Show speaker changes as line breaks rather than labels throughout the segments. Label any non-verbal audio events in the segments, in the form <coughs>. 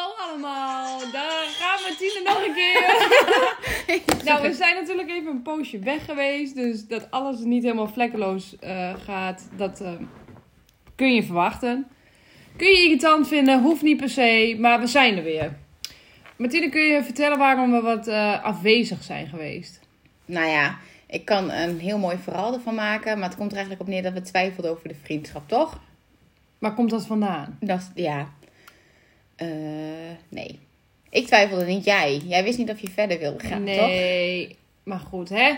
allemaal. Daar gaan Martine nog een keer. nou, we zijn natuurlijk even een poosje weg geweest. Dus dat alles niet helemaal vlekkeloos eh, gaat, dat eh, kun je verwachten. Kun je irritant vinden, hoeft niet per se, maar we zijn er weer. Martine, kun je vertellen waarom we wat eh, afwezig zijn geweest?
Nou ja, ik kan een heel mooi verhaal ervan maken. Maar het komt er eigenlijk op neer dat we twijfelden over de vriendschap, toch?
Waar komt dat vandaan?
Dat is- ja. Eh, nee. Ik twijfelde niet jij. Jij wist niet of je verder wilde gaan, toch?
nee, maar goed, hè?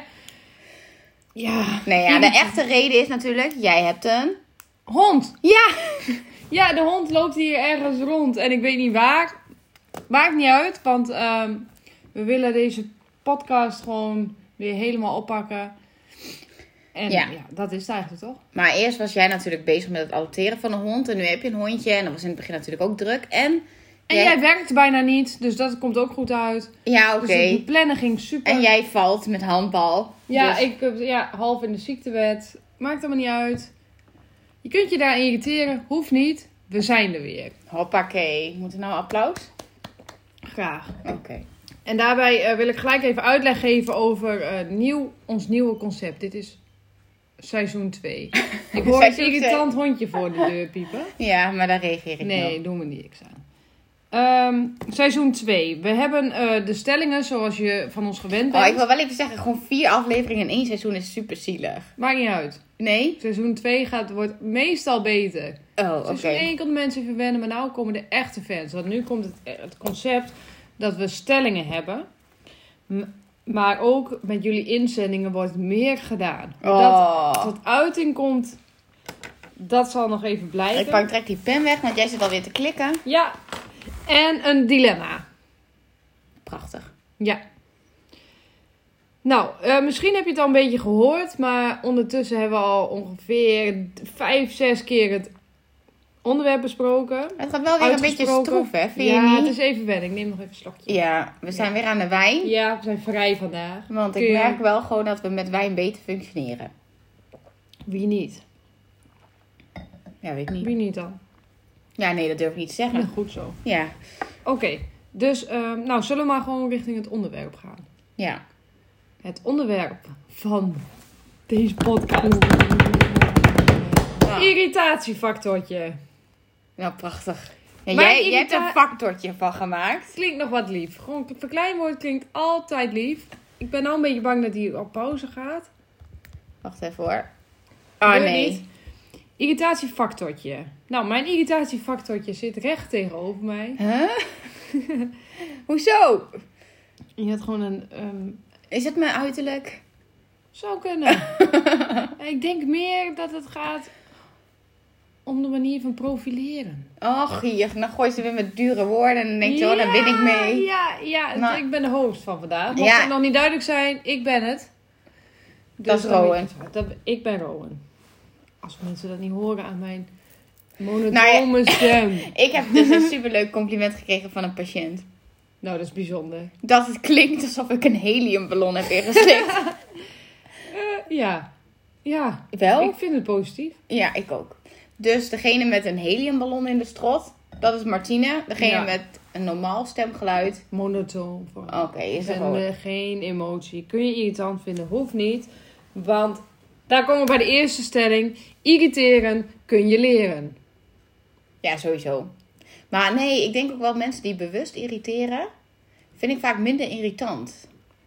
Ja,
Nee, ja, de echte reden is natuurlijk, jij hebt een...
hond.
Ja!
Ja, de hond loopt hier ergens rond en ik weet niet waar. Maakt niet uit, want ehm, we willen deze podcast gewoon weer helemaal oppakken. En ja,
Ja.
dat is het eigenlijk toch?
Maar eerst was jij natuurlijk bezig met het adopteren van een hond. En nu heb je een hondje. En dat was in het begin natuurlijk ook druk. En,
En
jij-
jij werkt bijna niet, dus dat komt ook goed uit.
Ja, oké.
Dus de plannen ging super.
En jij valt met handbal.
ja,
Dus-
ik, eh, ja, half in de ziektewet. Maakt allemaal niet uit. Je kunt je daar irriteren, hoeft niet. We zijn er weer.
Hoppakee. Moet er nou applaus?
Graag.
Oké.
En daarbij eh, wil ik gelijk even uitleg geven over eh, nieuw, ons nieuwe concept. Dit is seizoen
<laughs>
2. Ik hoor een
Seizoen twee.
irritant hondje voor de deur piepen.
Ja, maar daar reageer ik niet
Nee,
op.
doen we niks aan. Ehm, seizoen 2. We hebben eh, de stellingen zoals je van ons gewend
Oh,
bent.
ik wil wel even zeggen, gewoon vier afleveringen in één seizoen is super zielig.
Maakt niet uit.
Nee?
Seizoen 2 gaat, wordt meestal beter.
Oh, oké.
Seizoen 1 konden mensen even wennen, maar nu komen de echte fans. Want nu komt het, eh, het concept dat we stellingen hebben. M- Maar ook met jullie inzendingen wordt meer gedaan. Hoe Dat
Oh.
tot uiting komt, dat zal nog even blijven.
Ik pak direct die pen weg, want jij zit alweer te klikken.
Ja, en een dilemma.
Prachtig.
Ja. Nou, eh, misschien heb je het al een beetje gehoord, maar ondertussen hebben we al ongeveer vijf, zes keer het onderwerp besproken.
Het gaat wel weer een beetje
Uitgesproken.
stroef, hè? Vind
ja,
je
het
niet?
is even wennen. Ik neem nog even een slokje.
Ja, we zijn weer aan de wijn.
Ja, we zijn vrij vandaag.
Want
Kun
ik
je-
merk wel gewoon dat we met wijn beter functioneren.
Wie niet?
Ja, weet ik niet.
Wie niet dan?
Ja, nee, dat durf ik niet te
Ja,
zeggen.
goed zo.
Ja,
Oké, dus ehm, nou zullen we maar gewoon richting het onderwerp gaan.
ja.
Het onderwerp van deze podcast.
Nou,
Irritatiefactortje.
nou, prachtig. Ja,
Mijn
jij, jij hebt
irrita-
een factortje van gemaakt.
Klinkt nog wat lief. Gewoon een verkleinwoord klinkt altijd lief. Ik ben nou een beetje bang dat die op pauze gaat.
Wacht even hoor. Ah,
Gebeurt niet.
nee.
Irritatiefactortje. Nou, mijn irritatiefactortje zit recht tegenover mij.
Huh?
<laughs>
Hoezo?
Je had gewoon een ehm,
Is het mijn uiterlijk?
Zou
<laughs>
kunnen. ik denk meer dat het gaat om de manier van profileren.
Oh, gier. Dan gooit ze weer met dure woorden en dan denkt ze, oh, daar ben ik mee.
Ja, ja
Nou.
ik ben de host van vandaag. Mocht
Ja.
het nog niet duidelijk zijn, ik ben het. Dus
Dat is
dan weet
Rowan.
je het. Dat, ik ben Rowan. Als mensen dat niet horen aan mijn monotone
Nou
stem.
Ik heb dus een superleuk compliment gekregen van een patiënt.
Nou, dat is bijzonder.
Dat het klinkt alsof ik een heliumballon heb
<laughs>
ingeslikt.
Ja. Ja.
Wel?
Ik vind het positief.
Ja, ik ook. Dus degene met een heliumballon in de strot, dat is Martine. Degene
Ja.
met een normaal stemgeluid.
Monotoon. Voor
Oké, is er
En
gewoon.
eh, geen emotie. Kun je irritant vinden, hoeft niet. Want daar komen we bij de eerste stelling. Irriteren kun je leren.
Ja, sowieso. Maar nee, ik denk ook wel mensen die bewust irriteren, vind ik vaak minder irritant.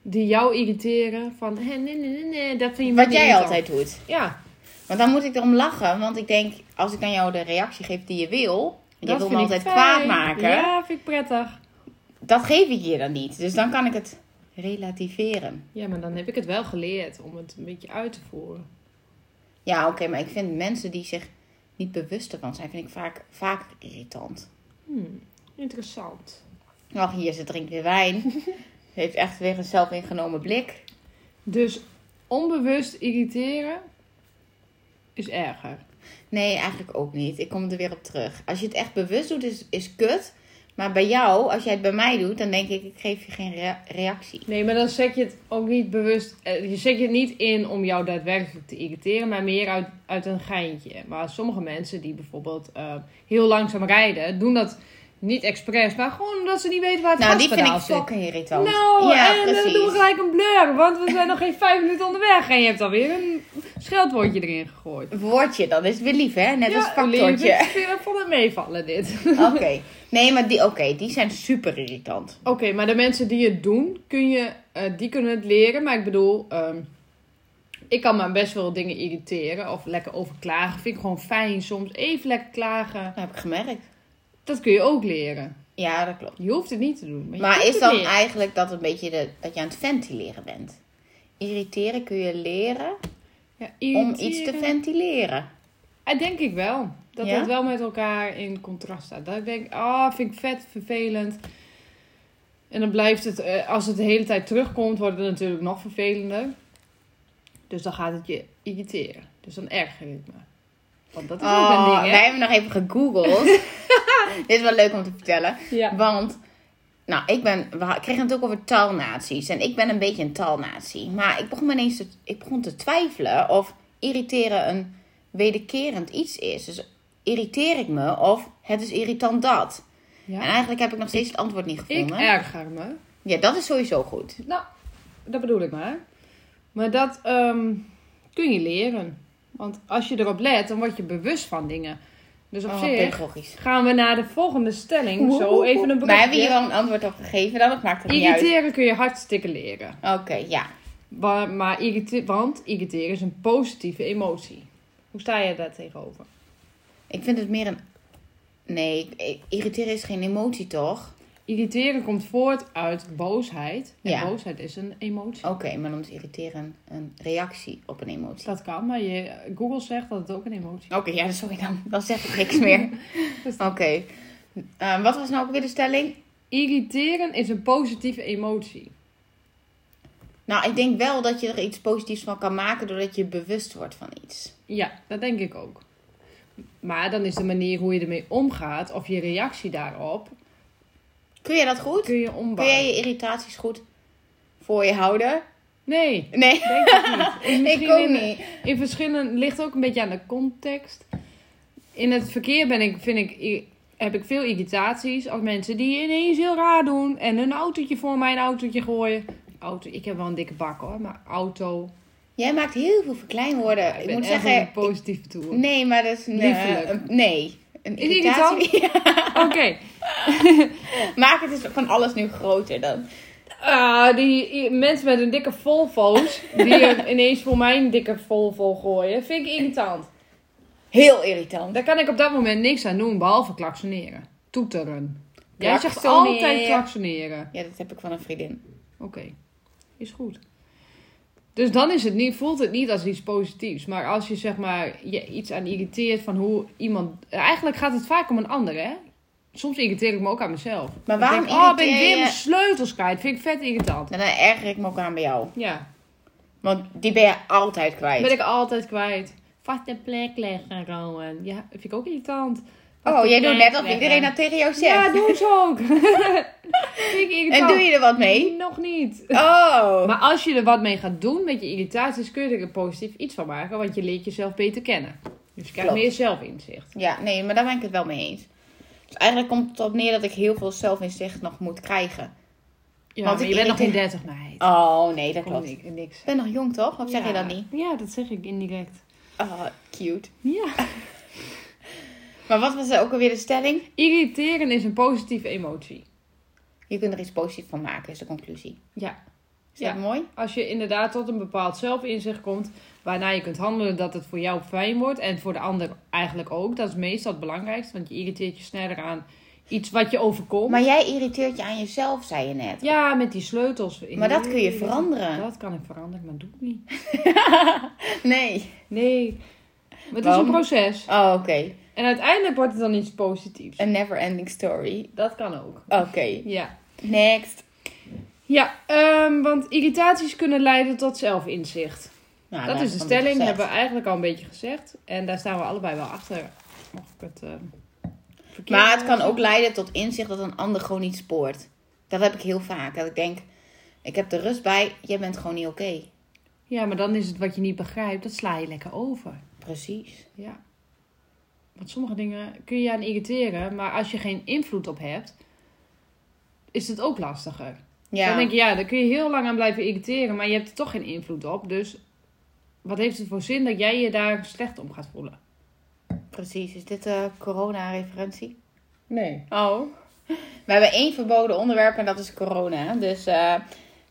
Die jou irriteren van, hè, nee, nee, nee, nee, dat vind je
Wat
niet
jij
irritant.
altijd doet.
Ja,
Want dan moet ik erom lachen, want ik denk, als ik aan jou de reactie geef die je wil, en je
dat
wil
vind
me
ik
altijd
fijn.
kwaad maken,
Ja, vind ik prettig.
dat geef ik je dan niet. Dus dan kan ik het relativeren.
Ja, maar dan heb ik het wel geleerd om het een beetje uit te voeren.
Ja, oké, maar ik vind mensen die zich niet bewust ervan zijn, vind ik vaak, vaak irritant.
Hmm, interessant.
Och, hier, ze drinkt weer wijn.
<laughs>
Ze heeft echt weer een zelfingenomen blik.
Dus onbewust irriteren is erger.
Nee, eigenlijk ook niet. Ik kom er weer op terug. Als je het echt bewust doet, is, is kut. Maar bij jou, als jij het bij mij doet, dan denk ik, ik geef je geen rea- reactie.
Nee, maar dan zet je het ook niet bewust. eh, Je zet je het niet in om jou daadwerkelijk te irriteren, maar meer uit, uit een geintje. Maar sommige mensen die bijvoorbeeld eh, heel langzaam rijden, doen dat Niet expres, maar gewoon omdat ze niet weten waar het
Nou, die vind
gaspedaal
ik
zit.
fucking irritant.
Nou,
ja,
en
precies.
we doen gelijk een blur, want we zijn nog geen vijf minuten onderweg. En je hebt alweer een scheldwoordje erin gegooid.
Woordje, dat is weer lief, hè? Net als
lief,
factortje.
ik vind- ik vond het meevallen dit.
<laughs> Oké. Nee, maar die, oké, die zijn super irritant.
Oké, maar de mensen die het doen, kun je, eh, die kunnen het leren. Maar ik bedoel, ehm, ik kan me aan best wel dingen irriteren of lekker over klagen. Vind ik gewoon fijn soms. Even lekker klagen.
Dat heb ik gemerkt.
Dat kun je ook leren.
Ja, dat klopt.
Je hoeft het niet te doen. Maar, je
Maar
kunt
is
het
dan
leren.
eigenlijk dat een beetje de, dat je aan het ventileren bent? Irriteren kun je leren
Ja,
om iets te
irriteren.
ventileren.
Ja, Ah, denk ik wel. Dat
Ja?
het wel met elkaar in contrast staat. Dat ik denk, ah, vind ik vet, vervelend. En dan blijft het, eh, als het de hele tijd terugkomt, wordt het natuurlijk nog vervelender. Dus dan gaat het je irriteren. Dus dan erger ik me. Want dat is ook
Oh,
een ding,
wij
hè?
hebben nog even
<laughs>
gegoogeld. Dit is wel leuk om te vertellen.
Ja.
Want, nou, ik ben, we ha- kregen het ook over taalnaties. En ik ben een beetje een taalnatie. Maar ik begon me ineens te, ik begon te twijfelen of irriteren een wederkerend iets is. Dus irriteer ik me of het is irritant dat. En
ja.
eigenlijk heb ik nog steeds het antwoord niet
Ik
gevonden.
erger me.
Ja, dat is sowieso goed.
Nou, dat bedoel ik maar. Maar dat ehm, kun je leren. Want als je erop let, dan word je bewust van dingen. Dus op
Oh,
zich...
pedagogisch.
Gaan we naar de volgende stelling. Zo even een
Maar hebben we
brugje.
hier wel een antwoord op gegeven dan? Dat maakt het niet uit.
Irriteren kun je hartstikke leren.
Oké, ja.
Wa- Maar irrite- want irriteren is een positieve emotie. Hoe sta je daar tegenover?
Ik vind het meer een... Nee, ik- ik- irriteren is geen emotie, toch?
Irriteren komt voort uit boosheid. En
Ja.
boosheid is een emotie.
Oké, maar dan is irriteren een reactie op een emotie.
Dat kan, maar je, Google zegt dat het ook een emotie
Oké, ja, sorry dan. Dan zeg ik niks
<laughs>
meer.
is.
Oké. Eh, wat was nou ook weer de stelling?
Irriteren is een positieve emotie.
Nou, ik denk wel dat je er iets positiefs van kan maken doordat je bewust wordt van iets.
Ja, dat denk ik ook. Maar dan is de manier hoe je ermee omgaat of je reactie daarop,
Kun je dat goed?
kun je
Kun jij
ombuigen.
je irritaties goed voor je houden?
Nee,
Nee,
denk ik niet.
<laughs> ik
<laughs> Misschien
ook
in-
niet.
In verschillende ligt ook een beetje aan de context. In het verkeer ben ik, vind ik, i- heb ik veel irritaties als mensen die ineens heel raar doen en hun autootje voor mijn autootje gooien. Auto, ik heb wel een dikke bak hoor, maar auto.
Jij maakt heel veel verkleinwoorden.
ik
ik
ben
moet
echt
zeggen,
een positieve toer.
ik- nee, maar dat is een, eh,
Liefelijk.
een- nee. Een
Is
irritatie.
<laughs>
<laughs>
Oké,
Maak het dus van alles nu groter dan.
Ah, die i- mensen met hun dikke Volvo's
<laughs>
die hem ineens voor mijn dikke Volvo gooien, vind ik irritant.
Heel irritant.
Daar kan ik op dat moment niks aan doen behalve klaksoneren, toeteren. Jij zegt
Klaksoneren.
altijd klaksoneren.
Ja, dat heb ik van een vriendin.
Oké, is goed. Dus dan is het niet, voelt het niet als iets positiefs. Maar als je zeg maar je iets aan irriteert van hoe iemand. Eigenlijk gaat het vaak om een ander, hè? Soms irriteer ik me ook aan mezelf. Dan
waarom
denk ik, oh, ben ik
irriteer
weer
je-
mijn sleutels kwijt? Vind ik vet irritant.
En dan erger ik me ook aan bij jou.
Ja,
Want die ben je altijd kwijt.
ben ik altijd kwijt. Vaste plek leggen, Rowan. Ja, vind ik ook irritant.
Oh, jij doet net alsof
Leggen.
iedereen dat tegen jou zegt.
Ja, doen ze
<laughs>
ook. vind ik irritant.
en doe je er wat mee?
Nog niet.
Oh.
Maar als je er wat mee gaat doen met je irritaties, kun je er positief iets van maken, want je leert jezelf beter kennen. Dus je krijgt
Klopt.
meer zelfinzicht.
Ja, nee, maar daar ben ik het wel mee eens. Dus eigenlijk komt het erop neer dat ik heel veel zelfinzicht nog moet krijgen.
Ja,
Want
maar
ik
je bent nog geen
irriteer-
30 meid.
Oh, nee, dat
Kom,
klopt.
ni- niks.
Ik ben nog jong, toch? Of zeg je dat niet?
Ja, dat zeg ik indirect.
Oh, cute.
Ja.
Maar wat was er ook alweer de stelling?
Irriteren is een positieve emotie.
Je kunt er iets positiefs van maken, is de conclusie.
Ja.
Is
Ja.
dat mooi?
Als je inderdaad tot een bepaald zelfinzicht komt, waarna je kunt handelen dat het voor jou fijn wordt en voor de ander eigenlijk ook. Dat is meestal het belangrijkste, want je irriteert je sneller aan iets wat je overkomt.
Maar jij irriteert je aan jezelf, zei je net.
Ja, met die sleutels.
Maar dat kun je veranderen.
Dat kan ik veranderen, maar doe ik niet.
Nee.
Nee. Maar het is
Waarom?
een proces.
Oh, oké.
En uiteindelijk wordt het dan iets positiefs.
Een never ending story.
Dat kan ook.
Oké.
Ja.
Next.
Ja, ehm, want irritaties kunnen leiden tot zelfinzicht.
Nou,
dat
daar
is de
heb ik
stelling,
gezegd.
hebben we eigenlijk al een beetje gezegd. En daar staan we allebei wel achter. Mocht ik het ehm, verkeerd
Maar het kan
zeggen.
ook leiden tot inzicht dat een ander gewoon niet spoort. Dat heb ik heel vaak. Dat ik denk, ik heb de rust bij, jij bent gewoon niet oké.
Ja, maar dan is het wat je niet begrijpt, dat sla je lekker over.
Precies.
Ja. Want sommige dingen kun je aan irriteren, maar als je geen invloed op hebt, is het ook lastiger. Dan denk je, ja, daar kun je heel lang aan blijven irriteren, maar je hebt er toch geen invloed op. Dus wat heeft het voor zin dat jij je daar slecht om gaat voelen?
precies. Is dit eh corona-referentie?
Nee.
Oh. We hebben één verboden onderwerp en dat is corona. Dus eh,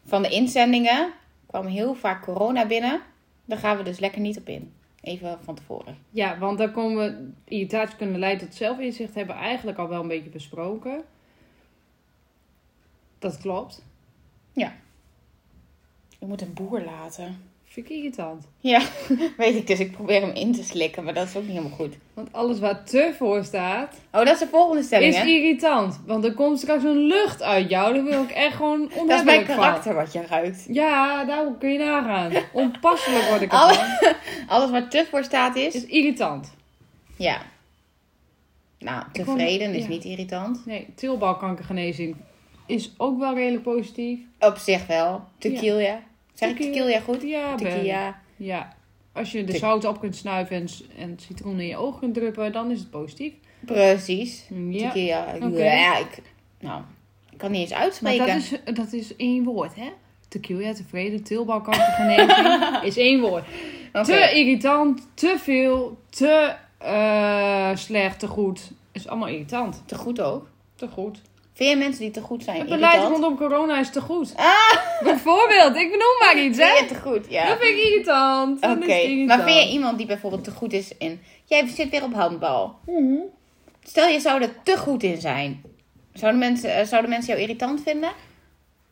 van de inzendingen kwam heel vaak corona binnen. Daar gaan we dus lekker niet op in. Even van tevoren.
Ja, want daar komen we, irritatie kunnen leiden tot zelfinzicht, hebben we eigenlijk al wel een beetje besproken. Dat klopt.
Ik moet een boer laten.
Vind ik irritant.
Ja, <laughs> weet ik dus. Ik probeer hem in te slikken, maar dat is ook niet helemaal goed.
Want alles waar te voor staat,
Oh, dat is de volgende stelling,
is
hè?
irritant. Want er komt straks een lucht uit jou. Daar wil ik echt gewoon onhebbelijk
Dat is mijn
van.
karakter wat je ruikt.
Ja, daarom kun je nagaan.
<laughs>
Onpasselijk word ik
Alle-
ervan.
Alles wat te voor staat is...
Is irritant.
Dus, Ja. Nou,
Ik vond-
tevreden is
ja.
niet irritant.
Nee, teelbalkankergenezing is ook wel redelijk positief.
Op zich wel. Tequila. Zeg ik
Tequila.
tequila goed?
Ja, Ben.
Tequila.
Ja. Als je de
Tik.
zout op kunt snuiven en, s- en citroen in je ogen kunt druppen, dan is het positief.
Precies.
Ja.
Tequila.
Oké.
Ja, ik... Nou, ik kan niet eens
Maar dat
uitspreken.
is, dat is één woord, hè? Tequila, tevreden,
<laughs>
teelbalkankergenezing is één woord.
Oké.
Te irritant, te veel, te eh, slecht, te goed. Is allemaal irritant.
Te goed ook.
Te goed.
Vind je mensen die te goed zijn
Het beleid
irritant?
rondom corona is te goed. Bijvoorbeeld, ik benoem maar iets,
Vind
hè?
je te goed,
Dat
ja.
vind ik irritant.
Oké.
Dat is irritant.
Maar vind je iemand die bijvoorbeeld te goed is in... Jij zit weer op handbal.
Mhm.
Stel, je zou er te goed in zijn. Zouden mensen, eh, zouden mensen jou irritant vinden?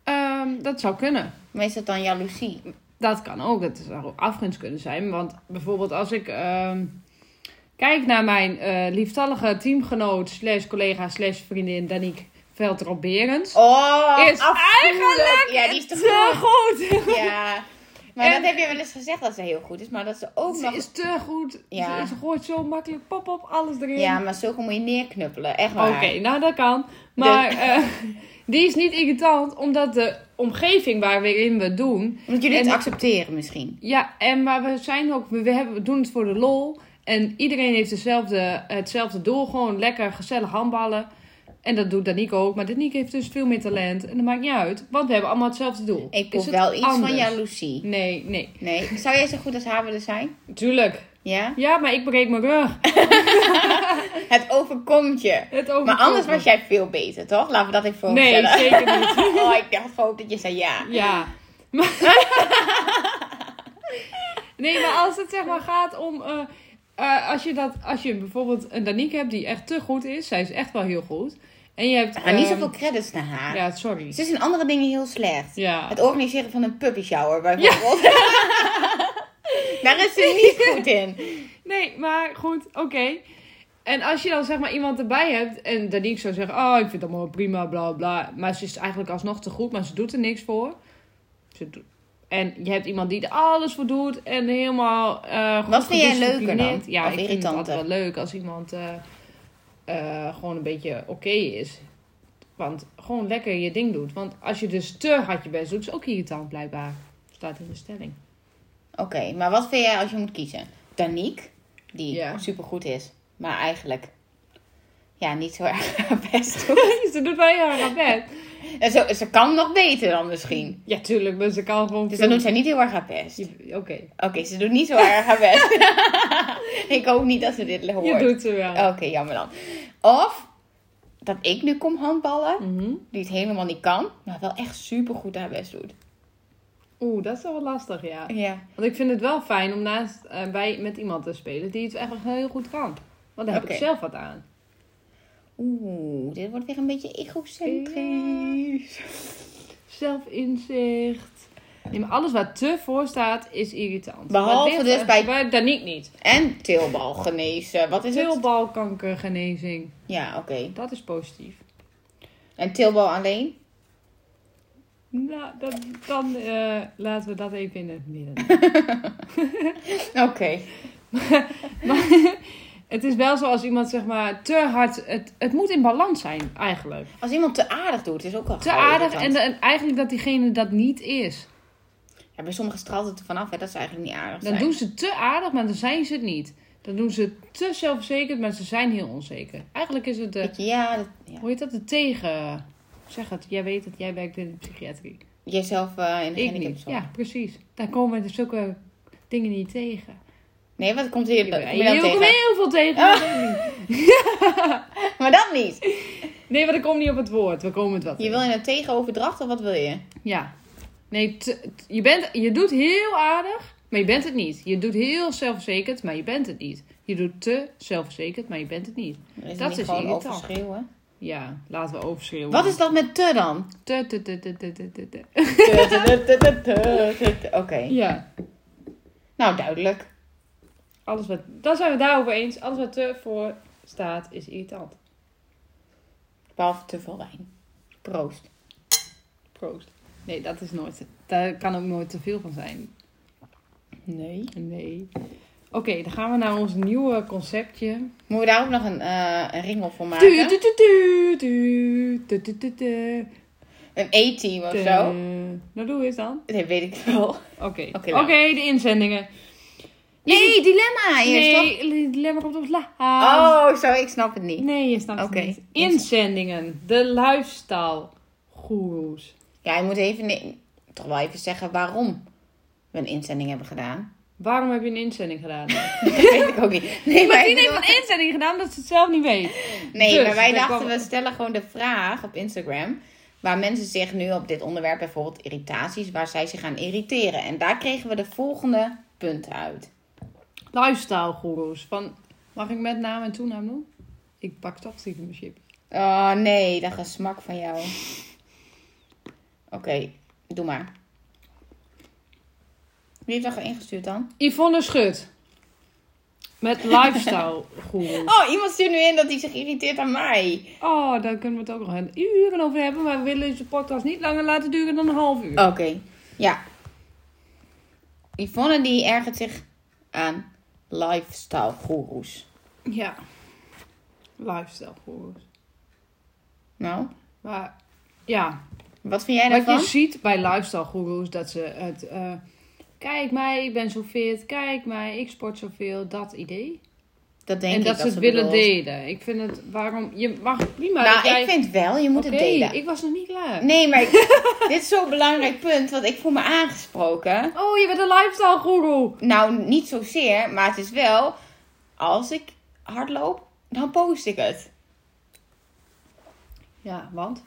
Ehm, dat zou kunnen.
Maar is dat dan jaloezie?
Dat kan ook. Het zou ook afgunst kunnen zijn. Want bijvoorbeeld als ik ehm, kijk naar mijn eh, lieftallige teamgenoot slash collega slash vriendin Danique Veldrop Berends.
Oh,
is eigenlijk
Ja, die is te
te
goed.
goed.
Ja. Maar
En-
dat heb je wel eens gezegd dat ze heel goed is. Maar dat ze ook
Ze
nog...
is te goed.
Ja.
Ze, ze gooit zo makkelijk pop op alles erin.
Ja, maar zulke moet je neerknuppelen. Echt
Oké,
waar.
nou dat kan. Maar eh, die is niet irritant omdat de omgeving waar we in we doen
Omdat jullie het
En-
accepteren misschien.
Ja, en maar we zijn ook, we, we hebben, we doen het voor de lol. En iedereen heeft dezelfde, hetzelfde doel. Gewoon lekker gezellig handballen. En dat doet Danique ook. Maar Danique heeft dus veel meer talent. En dat maakt niet uit. Want we hebben allemaal hetzelfde doel.
Ik
Is
proef
het
wel iets
anders?
van jaloezie.
Nee, nee.
Nee. Zou jij zo goed als haar willen zijn?
Tuurlijk.
Ja?
Ja, maar ik breek mijn rug.
Het overkomt je.
Het overkomt
Maar anders
me.
was jij veel beter, toch? Laten we dat even
Nee,
voorstellen.
zeker niet.
<laughs> Oh, ik dacht gewoon dat je zei ja.
Ja.
<laughs>
nee, maar als het zeg maar gaat om. eh, eh, als, je dat, als je bijvoorbeeld een Danique hebt die echt te goed is. Zij is echt wel heel goed. En je hebt.
Maar niet
ehm,
zoveel credits naar haar.
Ja, sorry.
Ze is in andere dingen heel slecht.
Ja.
Het organiseren van een puppy shower
<laughs>
bijvoorbeeld. Daar is ze niet goed in.
Nee, maar goed, oké. En als je dan zeg maar iemand erbij hebt en Danique zou zeggen: Oh, ik vind het allemaal wel prima, bla bla. Maar ze is eigenlijk alsnog te goed, maar ze doet er niks voor. Ze doet... En je hebt iemand die er alles voor doet en helemaal. eh goed
Wat vind jij leuker dan?
gedisciplineerd. Ja,
Of
ik vind het
irritanter?
altijd wel leuk als iemand eh, eh, gewoon een beetje oké is. Want gewoon lekker je ding doet. Want als je dus te hard je best doet, is ook irritant blijkbaar. Staat in de
<laughs>
stelling. <laughs>
Oké, maar wat vind jij als je moet kiezen? Danique, die
Ja.
supergoed is, maar eigenlijk ja, niet zo erg haar best doet.
ze doet wel heel erg haar best.
En zo, ze kan nog beter dan misschien.
Ja, tuurlijk, maar ze kan gewoon.
Dus dan doet zij niet heel erg haar best.
Je- Oké,
Oké, ze doet niet zo erg haar
<laughs>
best. ik hoop niet dat ze dit hoort.
je doet ze wel.
Oké, jammer dan. Of dat ik nu kom handballen,
Mhm.
die het helemaal niet kan, maar wel echt supergoed haar best doet.
Oeh, dat is wel wat lastig, ja.
Ja.
Want ik vind het wel fijn om naast eh, bij met iemand te spelen die het echt heel goed kan. Want daar heb
Oké.
ik zelf wat aan.
Oeh, dit wordt weer een beetje egocentrisch.
Zelfinzicht. Nee, maar alles wat te voor staat is irritant.
Behalve
Maar dit,
dus
eh,
bij-
bij Danique niet.
En teelbal genezen. Wat is het?
Teelbalkankergenezing.
Ja, oké.
Dat is positief.
En teelbal alleen?
Nou, dat, dan eh, laten we dat even in het midden.
<laughs> Oké.
Maar het is wel zo als iemand zeg maar te hard. Het, het moet in balans zijn eigenlijk.
Als iemand te aardig doet, is ook wel
Te
gauw
aardig en,
irritant.
en eigenlijk dat diegene dat niet is.
Ja, bij sommigen straalt het er vanaf, hè, dat ze eigenlijk niet aardig
Dan
zijn.
doen ze te aardig, maar dan zijn ze het niet. Dan doen ze te zelfverzekerd, maar ze zijn heel onzeker. Eigenlijk is het de,
Ik- ja, dat, ja.
hoe heet dat, de tegen... Zeg het, jij weet het, jij werkt in de psychiatrie.
Jijzelf eh in de
Ik niet,
handicapzorg.
ja, precies. Daar komen we dus zulke dingen niet tegen.
Nee, wat komt hier?
Ik
Kom
ben
je dan
heel,
tegen?
kom heel veel tegen. Ah. maar dat niet.
Maar dat niet.
Nee, maar ik kom niet op het woord. We komen het wat
Je wil in een tegenoverdracht of wat wil je?
Ja. Nee, t- t- je, bent, je doet heel aardig, maar je bent het niet. Je doet heel zelfverzekerd, maar je bent het niet. Je doet te zelfverzekerd, maar je bent het niet.
Er
Dat
niet
is
gewoon
irritant.
overschreeuwen.
Ja, laten we overschreeuwen.
Wat is dat met te dan?
Te, te, te, te, te, te, te, te.
<laughs> Oké.
Ja,
Nou, duidelijk.
alles wat... Dan zijn we daarover eens. Alles wat te voor staat, is irritant.
Behalve te veel wijn. Proost.
Proost. Nee, dat is nooit... Daar kan ook nooit te veel van zijn.
Nee.
Nee. Oké, dan gaan we naar ons nieuwe conceptje.
Moeten we daar ook nog een, eh, een ringel voor maken?
Tu, tu, tu, tu, tu, tu, tu, tu, tu.
Een A-team of
Te-
zo?
Nou, doe eens dan.
Dat weet ik wel.
Oké,
Oké,
Oké,
nou.
de inzendingen.
Nee, dilemma eerst toch?
nee, het dilemma komt op het laatst.
Oh, zo, ik snap het niet.
Nee, je snapt
Oké.
het niet. Inzendingen, de lifestyle goeroes.
Ja, je moet even, nee, toch wel even zeggen waarom we een inzending hebben gedaan.
Waarom heb je een inzending gedaan?
<laughs> Dat weet ik ook niet. Nee, maar, ik
Martien heeft
bedoel-
een inzending gedaan omdat ze het zelf niet weet.
nee,
Dus,
maar wij
daar
dachten,
kwam-
we stellen gewoon de vraag op Instagram... waar mensen zich nu op dit onderwerp, bijvoorbeeld irritaties... waar zij zich aan irriteren. En daar kregen we de volgende punten uit.
Lifestyle goeroes. Van, mag ik met naam en toenaam doen? Ik pak toch stiekem mijn chip.
Oh nee, dat gesmak van jou. Oké, doe maar. Wie heeft dat ingestuurd dan?
Yvonne Schut. Met
<laughs>
lifestyle goeroes.
Oh, iemand stuurt nu in dat hij zich irriteert aan mij.
Oh, daar kunnen we het ook nog een uren over hebben. Maar we willen deze podcast niet langer laten duren dan een half uur.
Oké, ja. Yvonne die ergert zich aan lifestyle goeroes.
Ja. Lifestyle goeroes.
Nou,
Maar ja,
wat vind jij
wat
daarvan?
je ziet bij lifestyle goeroes, dat ze het... eh, kijk mij, ik ben zo fit. Kijk mij, ik sport zoveel. Dat idee.
Dat denk
en
ik
dat,
dat
ze het willen
bedoelt.
delen. Ik vind het... Waarom... Je mag prima
Nou,
dat jij...
ik vind wel, je moet
Oké,
het delen.
ik was nog niet klaar. <laughs>
Nee, maar <laughs> ik- dit is zo'n belangrijk punt, want ik voel me aangesproken.
Oh, je bent een lifestyle goeroe.
Nou, niet zozeer, maar het is wel als ik hardloop, dan post ik het.
Ja, want?
Dan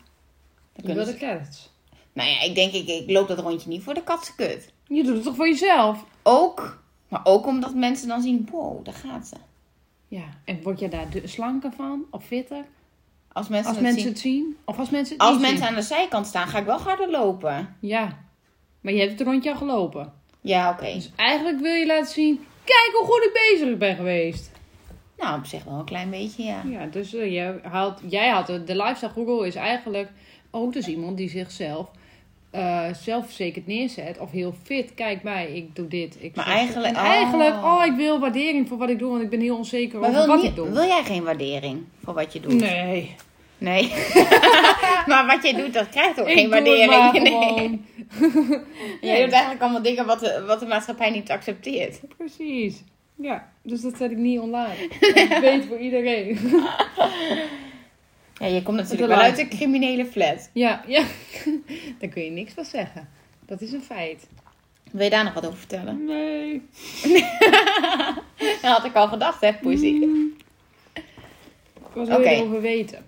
Je wil
kunnen
de
ze-
credits.
Nou ja, ik denk, ik, ik loop dat rondje niet voor de katsenkut.
Je doet het toch voor jezelf?
Ook, maar ook omdat mensen dan zien, wow, daar gaat ze.
Ja, en word je daar de- slanker van? Of fitter?
Als mensen,
Als
het
mensen
zien,
het zien? Of als mensen het
als
niet
mensen aan de zijkant staan, ga ik wel harder lopen.
zien? Ja. Maar je hebt het rondje al gelopen.
Ja, oké.
Dus eigenlijk wil je laten zien... Kijk hoe goed ik bezig ben geweest.
Nou, op zich wel een klein beetje, ja.
Ja, dus eh, jij, haalt, jij had het. De lifestyle guru is eigenlijk ook dus iemand die zichzelf... eh zelfverzekerd neerzet of heel fit. Kijk mij, ik doe dit. Ik
Maar
zeg-
eigenlijk-
en eigenlijk,
oh.
oh. ik wil waardering voor wat ik doe, want ik ben heel onzeker
Maar
over
wil,
wat
nie-
ik doe.
wil jij geen waardering voor wat je doet?
Nee,
Nee. maar wat jij doet, dat krijgt ook
ik
geen
doe het
waardering.
maar
<laughs> Nee.
gewoon.
Jij doet eigenlijk allemaal dingen wat de, wat de maatschappij niet accepteert.
Precies. Ja, dus dat zet ik niet
<laughs>
online. Dat weet voor iedereen. <laughs>
Ja, je komt natuurlijk
Te
wel
laat.
uit een criminele flat.
Ja, ja. <laughs> Daar kun je niks van zeggen. Dat is een feit.
Wil je daar nog wat over vertellen?
Nee.
<laughs> Dat had ik al gedacht, hè, Poesie?
Wat wil je
Oké.
erover weten?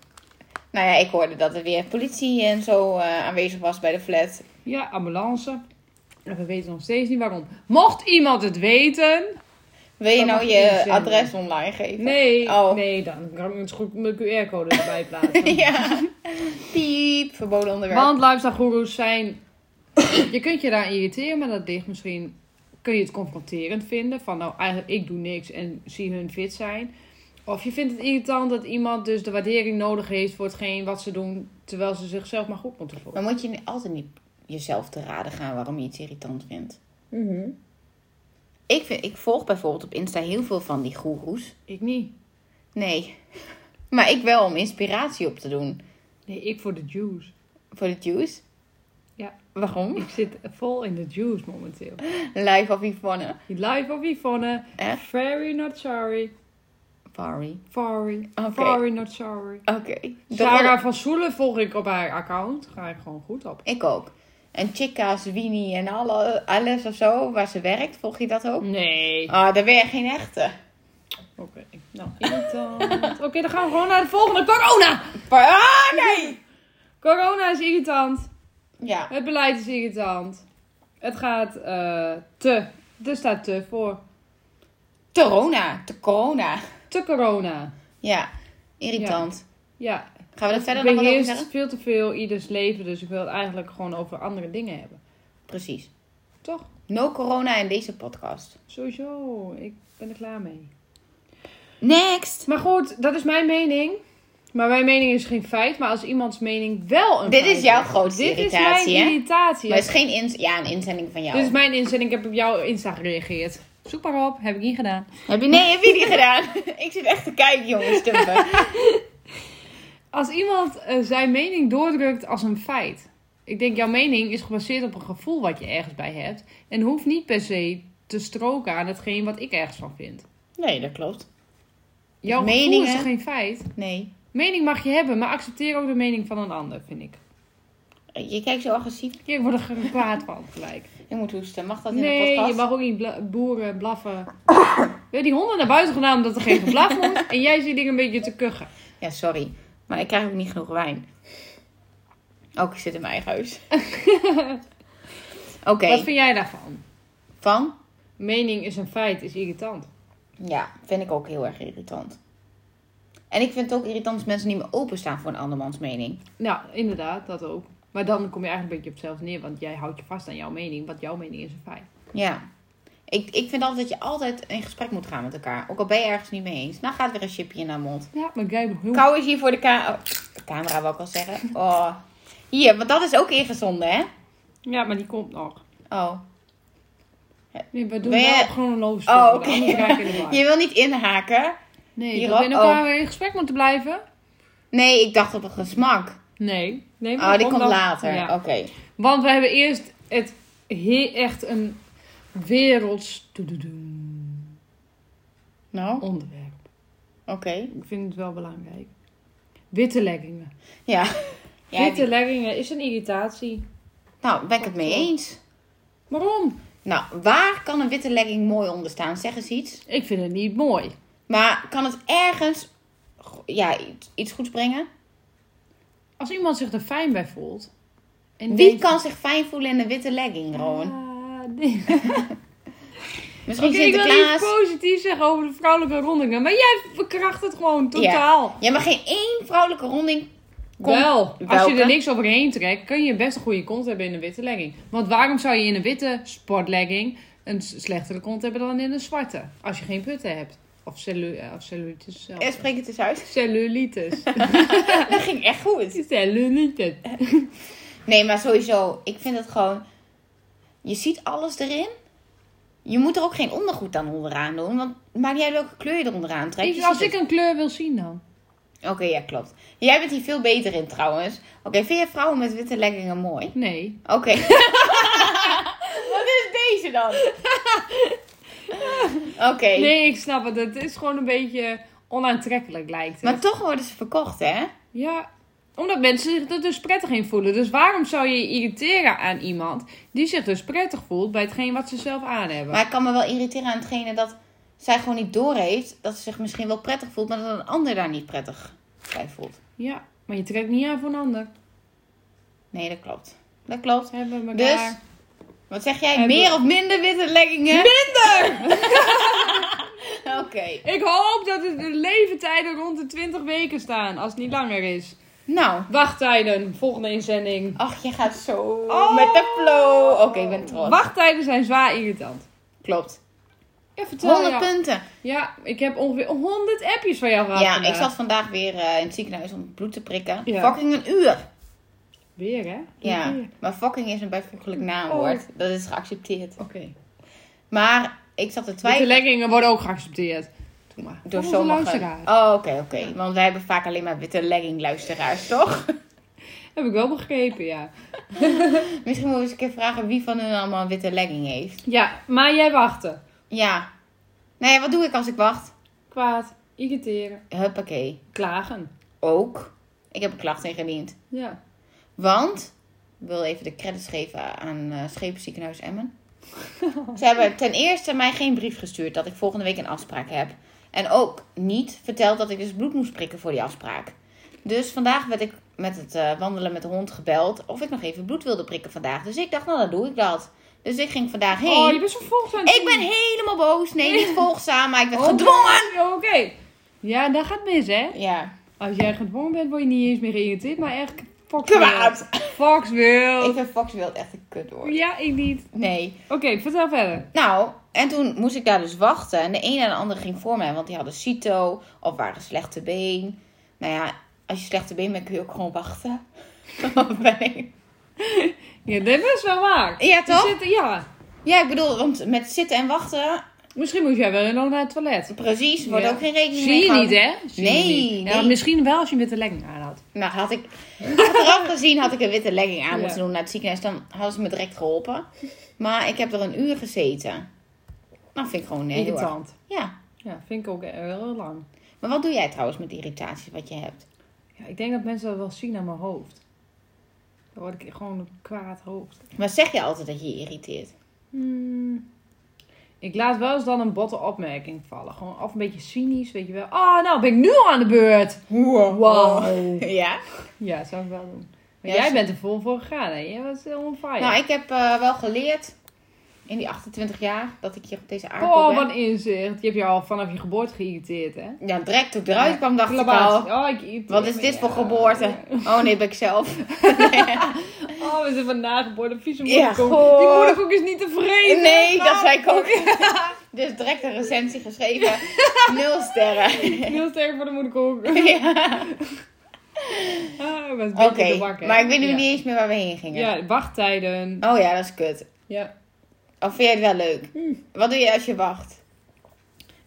Nou ja, ik hoorde dat er weer politie en zo eh, aanwezig was bij de flat.
Ja, ambulance. En we weten nog steeds niet waarom. Mocht iemand het weten.
Wil je
Dat
nou
mag
je
inzenden.
adres online geven?
Nee,
Oh.
nee dan kan ik het goed mijn QR-code erbij
<laughs>
plaatsen.
<laughs> ja. Piep, verboden onderwerp.
Want lifestyle gurus zijn. <coughs> Je kunt je daar irriteren, maar dat ligt misschien. Kun je het confronterend vinden van nou eigenlijk ik doe niks en zie hun fit zijn. Of je vindt het irritant dat iemand dus de waardering nodig heeft voor hetgeen wat ze doen, terwijl ze zichzelf maar goed moeten voelen.
Maar moet je ni- altijd niet jezelf te raden gaan waarom je iets irritant vindt.
Mhm.
Ik, vind, ik volg bijvoorbeeld op Insta heel veel van die goeroes.
Ik niet.
<laughs> Nee. Maar ik wel om inspiratie op te doen.
Nee, ik voor de juice.
Voor de juice.
Ja. <laughs>
Waarom?
Ik zit vol in de juice momenteel.
Life of Yvonne.
Die live of Yvonne.
Echt?
Very not sorry.
Sorry.
Sorry.
Oké.
Very not sorry.
Oké. Dat-
Sarah van Soelen volg ik op haar account. Ga ik gewoon goed op.
Ik ook. En Chica's, Winnie en alle, alles of zo, waar ze werkt, volg je dat ook?
Nee.
Ah, daar ben je geen echte.
Oké. Nou, irritant. Oké, dan gaan we gewoon naar de volgende. Corona!
Ah,
<laughs>
nee!
Corona is irritant.
Ja,
Het beleid is irritant. Het gaat eh, te. Er staat te voor.
corona. Te corona.
Te corona.
Ja, irritant.
Ja,
Gaan we dat verder nog wel over
beheerst
zeggen?
veel te veel ieders leven. Dus ik wil het eigenlijk gewoon over andere dingen hebben.
Precies.
Toch?
No corona in deze podcast.
Sowieso. Ik ben er klaar mee.
Next!
Maar goed, dat is mijn mening. Maar mijn mening is geen feit. Maar als iemands mening wel een
Dit
feit
is jouw grootste
Dit is
irritatie,
mijn
hè?
irritatie.
Maar het is geen ins ja, een inzending van jou.
Dit is mijn inzending. Ik heb op jouw Insta gereageerd. Zoek maar op. Heb ik niet gedaan.
Heb je... Nee, heb je niet <laughs> gedaan? ik zit echt te kijken, jongens.
<laughs>
stumpen.
Als iemand eh, zijn mening doordrukt als een feit. Ik denk, jouw mening is gebaseerd op een gevoel wat je ergens bij hebt. En hoeft niet per se te stroken aan hetgeen wat ik ergens van vind.
nee, dat klopt.
Jouw mening
Meningen?
is toch geen feit?
Nee.
Mening mag je hebben, maar accepteer ook de mening van een ander, vind ik.
Je kijkt zo agressief.
Ik word er kwaad van gelijk.
Ik moet hoesten. Mag dat in de
Nee,
podcast?
je mag ook niet bla- boeren blaffen. We die honden naar buiten gedaan omdat er geen geblaf
<laughs>
moet. En jij zit dingen een beetje te kuchen.
Ja, sorry. Maar ik krijg ook niet genoeg wijn. Ook ik zit in mijn
<laughs>
eigen huis. Oké,
Wat vind jij daarvan?
van?
Mening is een feit, is irritant.
Ja, vind ik ook heel erg irritant. En ik vind het ook irritant als mensen niet meer openstaan voor een andermans mening.
Nou, inderdaad, dat ook. Maar dan kom je eigenlijk een beetje op zelf neer, want jij houdt je vast aan jouw mening, want jouw mening is een feit.
Ja. Ik, ik vind altijd dat je altijd in gesprek moet gaan met elkaar. Ook al ben je ergens niet mee eens. Nou gaat weer een chipje in haar mond.
Ja, maar jij bent heel...
Kou is hier voor de ka oh, de camera, wil ik al zeggen. Oh. Hier, want dat is ook ingezonden, hè?
Ja, maar die komt nog.
Oh.
Nee, we doen
Ben je-
wel gewoon een loos.
Oh,
Oh,
oké.
Anders raak je in de war.
<laughs> Je oh. wil niet inhaken.
Nee,
Hierop?
dat we in elkaar in gesprek moeten blijven.
Nee, ik dacht op een gesmak.
Nee. nee maar
Oh,
dat
die komt
dan-
later. Oh.
Ja.
Oké.
Want we hebben eerst het he- echt een werelds toedoedoem
Nou, oké.
onderwerp. Ik vind het wel belangrijk. Witte leggingen.
Ja. ja
Witte
die-
leggingen is een irritatie.
Nou, ben ik het mee eens.
Waarom?
Nou, waar kan een witte legging mooi onder staan? Zeg eens iets.
Ik vind het niet mooi.
Maar kan het ergens go- ja, iets, iets goeds brengen?
Als iemand zich er fijn bij voelt. En
Wie
denkt-
kan zich fijn voelen in een witte legging, Rowan?
Ah, nee. Oké,
Misschien
ik wil niet
Sinterklaas.
positief zeggen over de vrouwelijke rondingen. Maar jij verkracht het gewoon totaal.
Ja, maar geen één vrouwelijke ronding. Kom-
Wel, als je
Welke?
er niks overheen trekt, kun je best een goede kont hebben in een witte legging. Want waarom zou je in een witte sportlegging een s- slechtere kont hebben dan in een zwarte? Als je geen putten hebt. Of, cellu eh, of cellulitis zelf.
Ja, spreek het eens uit.
<laughs>
<laughs>
Cellulitis.
Dat ging echt goed.
cellulitis.
Nee, maar sowieso, ik vind het gewoon. Je ziet alles erin. Je moet er ook geen ondergoed aan onderaan doen. Want maakt niet uit welke kleur je er onderaan trekt.
Ik-
je
Als
ziet
ik een kleur wil zien dan.
het. Oké, ja, klopt. Jij bent hier veel beter in trouwens. Oké, vind je vrouwen met witte leggingen mooi?
Nee.
Oké.
<laughs>
Wat is deze dan? Oké.
Nee, ik snap het. Het is gewoon een beetje onaantrekkelijk lijkt het.
Maar toch worden ze verkocht, hè?
Ja, omdat mensen zich er dus prettig in voelen. Dus waarom zou je je irriteren aan iemand die zich dus prettig voelt bij hetgeen wat ze zelf aan hebben?
Maar ik kan me wel irriteren aan hetgene dat zij gewoon niet doorheeft. Dat ze zich misschien wel prettig voelt, maar dat een ander daar niet prettig bij voelt.
Ja, maar je trekt niet aan voor een ander.
Nee, dat klopt. Dat klopt.
We hebben elkaar.
Dus, wat zeg jij?
Hebben-
Meer of minder witte leggingen?
Minder!
<laughs> Oké.
Ik hoop dat het de leeftijden rond de 20 weken staan, als het niet langer is.
Nou.
Wachttijden, volgende inzending.
Ach, je gaat zo
Oh.
met de flow. Oké, ik ben trots.
Wachttijden zijn zwaar irritant.
Klopt.
Ja, vertel
100
ja.
punten.
Ja, ik heb ongeveer 100 appjes van jou gehad.
ja, ik
vandaag.
zat vandaag weer eh, in het ziekenhuis om bloed te prikken.
Ja.
Fucking een uur.
Weer, hè?
Ja,
Weer.
maar fucking is een bijvoeglijk naamwoord.
Oh.
Dat is geaccepteerd.
Oké.
Maar ik zat te
Witte
twijfelen
leggingen worden ook geaccepteerd. Doe maar.
door
Voor onze
sommige...
luisteraars. <laughs>
Oh, oké, oké. Want wij hebben vaak alleen maar witte legging luisteraars, toch?
Heb ik wel begrepen, ja.
Misschien moeten we eens een keer vragen wie van hun allemaal een witte legging heeft.
Ja, maar jij wachtte.
Ja. Nou ja, wat doe ik als ik wacht?
Kwaad, irriteren,
Huppakee.
klagen.
Ook. Ik heb een klacht ingediend.
Ja.
Want, ik wil even de credits geven aan eh Schepenziekenhuis Emmen. Ze hebben ten eerste mij geen brief gestuurd dat ik volgende week een afspraak heb. En ook niet verteld dat ik dus bloed moest prikken voor die afspraak. Dus vandaag werd ik met het eh, wandelen met de hond gebeld of ik nog even bloed wilde prikken vandaag. Dus ik dacht, nou dan doe ik dat. Dus ik ging vandaag heen.
Oh, je bent zo volgzaam.
Ik ben helemaal boos. Nee, niet volgzaam, maar ik werd
Oh,
gedwongen.
Oké. Ja, daar gaat mis, hè?
Ja,
Als jij gedwongen bent, word je niet eens meer geïrriteerd, maar echt Fox
kwaad.
wild. Fox wild.
Ik vind Fox Wild echt een kut hoor.
Oh. Ja, ik niet.
Nee.
Oké, vertel verder.
Nou, en toen moest ik daar dus wachten. En de ene en de andere ging voor mij, want die hadden CITO of waren slechte been. Nou ja, als je slechte been bent, kun je ook gewoon wachten. <laughs>
Ja, dit is wel waar.
ja,
We
toch?
zitten, ja.
Ja, ik bedoel, want met zitten en wachten,
Misschien moet jij wel heel lang naar het toilet.
precies, wordt
Ja.
ook geen rekening mee
Zie je niet,
gehouden.
hè? Zie je
Nee,
niet. Ja,
nee.
misschien wel als je met de legging aan had.
Nou, had ik achteraf gezien had ik een witte legging aan
Ja.
moeten doen naar het ziekenhuis. Dan hadden ze me direct geholpen. Maar ik heb er een uur gezeten. Nou, vind ik gewoon heel erg-
Irritant.
Ja.
Ja, vind ik ook heel lang.
Maar wat doe jij trouwens met irritaties wat je hebt?
Ja, ik denk dat mensen dat wel zien aan mijn hoofd. Dan word ik gewoon een kwaad hoofd.
Maar zeg je altijd dat je je irriteert?
Hmm. Ik laat wel eens dan een botte opmerking vallen. Gewoon af een beetje cynisch, weet je wel. Ah, nou ben ik nu al aan de beurt. Wow.
<laughs>
Oh,
Ja?
Ja, dat zou ik wel doen. Maar
Oh. Ja,
jij
ze-
bent er vol voor gegaan, hè? Jij was heel on fire.
Nou, ik heb eh, wel geleerd in die 28 jaar dat ik hier op deze aarde
oh,
ben.
wat inzicht. Je hebt je al vanaf je geboorte geïrriteerd, hè?
Ja, direct toen ik eruit
Ja,
kwam dacht ik
Klabaat.
al...
Oh, ik irriteer
Wat is
me,
dit
ja.
voor geboorte? Oh nee, ben ik
<laughs>
zelf.
Oh, we zijn vandaag geboren. Vieze
Ja,
moederkoek.
goh.
Die moederkoek is niet tevreden. Ah,
Nee, dat
zijn
zei ik
<laughs>
ook. <laughs> Dus direct een recensie geschreven. Nul
<laughs>
sterren.
Heel sterk voor de moederkoek.
Ja.
Ah, ik was een
Oké,
beetje te wakker.
maar ik weet nu
Ja.
niet eens meer waar we heen gingen.
Ja, wachttijden.
Oh ja, dat is kut.
Ja.
Of vind jij het wel leuk?
Hmm.
Wat doe je als je wacht?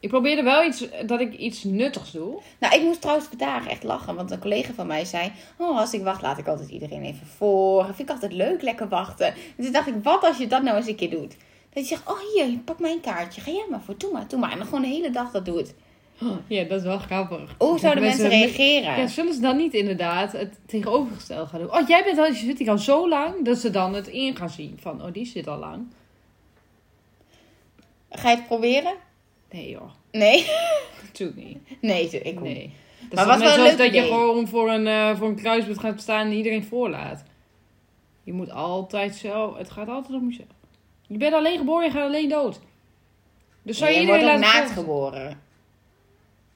Ik probeerde wel iets, eh, dat ik iets nuttigs doe.
Nou, ik moest trouwens vandaag echt lachen, want een collega van mij zei... Oh, als ik wacht, laat ik altijd iedereen even voor. Vind ik altijd leuk, lekker wachten. En toen dacht ik, wat als je dat nou eens een keer doet? Dat je zegt, oh hier, pak mijn kaartje. Ga jij maar voor, doe maar, doe maar. En dan gewoon de hele dag dat doet.
Ja, dat is wel grappig.
Hoe zouden
Dat
mensen reageren?
Ja, zullen ze dan niet inderdaad het tegenovergestelde gaan doen? Oh, jij bent al, je zit hier al zo lang, dat ze dan het in gaan zien van, oh, die zit al lang.
Ga je het proberen?
Nee joh,
Nee? <laughs>
natuurlijk niet.
Nee, zo- ik
Nee. Dat
Maar
is
wat
net
wel een
zoals
leuk
dat je
idee.
gewoon voor een, eh, voor een kruisbeeld gaat staan en iedereen voorlaat. Je moet altijd zo, het gaat altijd om jezelf. Je bent alleen geboren, je gaat alleen dood. Dus zou
Nee,
je
je wordt
iedereen
ook
laten
naakt
voor-
geboren.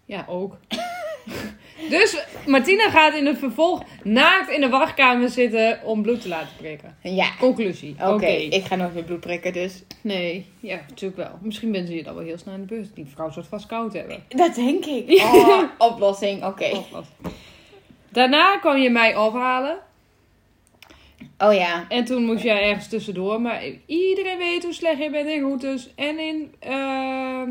Ja, ook. <laughs> dus Martina gaat in het vervolg naakt in de wachtkamer zitten om bloed te laten prikken.
Ja.
Conclusie.
Oké, ik ga nooit meer bloed prikken, dus.
Nee, ja, natuurlijk wel. Misschien ben ze je dan wel heel snel in de bus. Die vrouw zou het vast koud <laughs> hebben.
Dat denk ik.
<laughs>
Oh, oplossing, oké.
Oh. Daarna kwam je mij ophalen.
Oh ja.
En toen moest jij ergens tussendoor. Maar iedereen weet hoe slecht je bent in routes. En in ehm,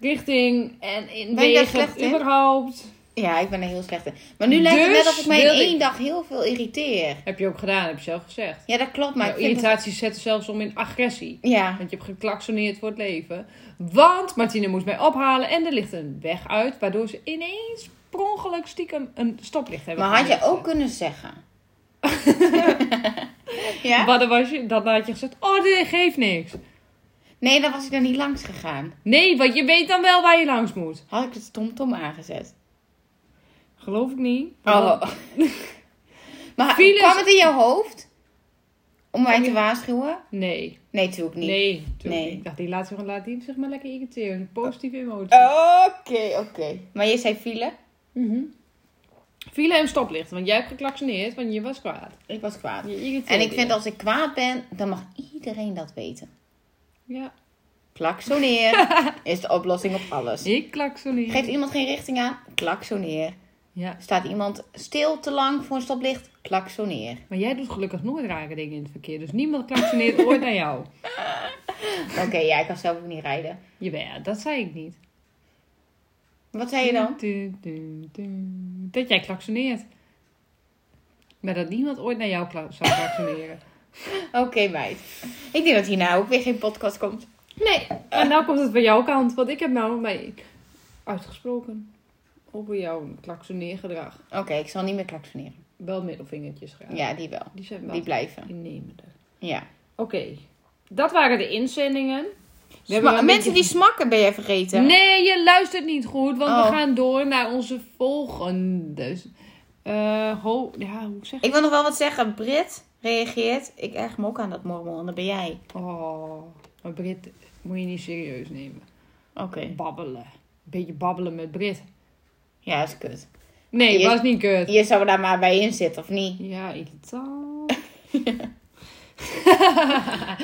richting. En in
Ben je daar slecht
wegen.
in?
Überhaupt.
Ja, ik ben er heel slecht in. Maar nu lijkt het
Dus
net alsof ik mij in
wil ik-
één dag heel veel irriteer.
Heb je ook gedaan, heb je zelf gezegd.
Ja, dat klopt, maar
Jouw
ik vind het...
irritatie zet zelfs om in agressie.
Ja.
Want je hebt geklaksoneerd voor het leven. Want Martine moest mij ophalen en er ligt een weg uit. Waardoor ze ineens per ongeluk stiekem een stoplicht hebben
Maar had je
gemist.
ook kunnen zeggen? ja? <laughs>
Maar dan, was je, dan had je gezegd, oh dit geeft niks.
Nee, dan was ik er niet langs gegaan.
Nee, want je weet dan wel waar je langs moet.
Had ik het tomtom aangezet.
Geloof ik niet.
<laughs> Oh. maar
Files-
kwam het in je hoofd? Om mij te waarschuwen?
Nee.
Nee, natuurlijk niet.
Nee. natuurlijk
Nee.
niet. Ik dacht, die laat zich, laat die zich maar lekker irriteren. Een positieve emotie.
Oh. Oké, oké. Maar je zei file?
Mhm. File en stoplicht. Want jij hebt geklaksoneerd, want je was kwaad.
Ik was kwaad.
Je irriteerde
En ik
je.
vind als ik kwaad ben, dan mag iedereen dat weten.
Ja.
<laughs> Klaksoneer is de oplossing op alles.
Ik klaksoneer.
Geeft iemand geen richting aan? Klaksoneer.
Ja.
Staat iemand stil te lang voor een stoplicht? Klaksoneer.
Maar jij doet gelukkig nooit rare dingen in het verkeer. Dus niemand klaksoneert <laughs> ooit naar jou.
Oké,
<laughs>
ja, ik kan zelf ook niet rijden.
Jawel, dat zei ik niet.
Wat zei je dan?
<laughs> Du- du- du- Dat jij klaksoneert. Maar dat niemand ooit naar jou kla- zou vaccineren.
Oké, meid. Ik denk dat hier nou ook weer geen podcast komt.
Nee. En nou komt het bij jouw kant. Want ik heb nou mij uitgesproken over jouw klaksoneergedrag.
Oké, ik zal niet meer klaksoneren.
Wel middelvingertjes graag.
Ja, die wel.
Die zijn wel
Die blijven.
innemender.
Ja.
Oké. Dat waren de inzendingen. We hebben
Sma-
wel een
mensen
beetje-
die smakken ben jij vergeten.
Nee, je luistert niet goed, want
Oh.
we gaan door naar onze volgende. Eh ho, ja, hoe zeg ik?
Ik wil nog wel wat zeggen. Brit reageert. Ik erg me ook aan dat mormel en dat ben jij.
Oh, maar Brit moet je niet serieus nemen.
Oké.
Babbelen. Beetje babbelen met Brit.
Ja, dat is kut.
Nee,
Je-
was niet kut.
Je zou daar maar bij in zitten, of niet?
Ja, irritant.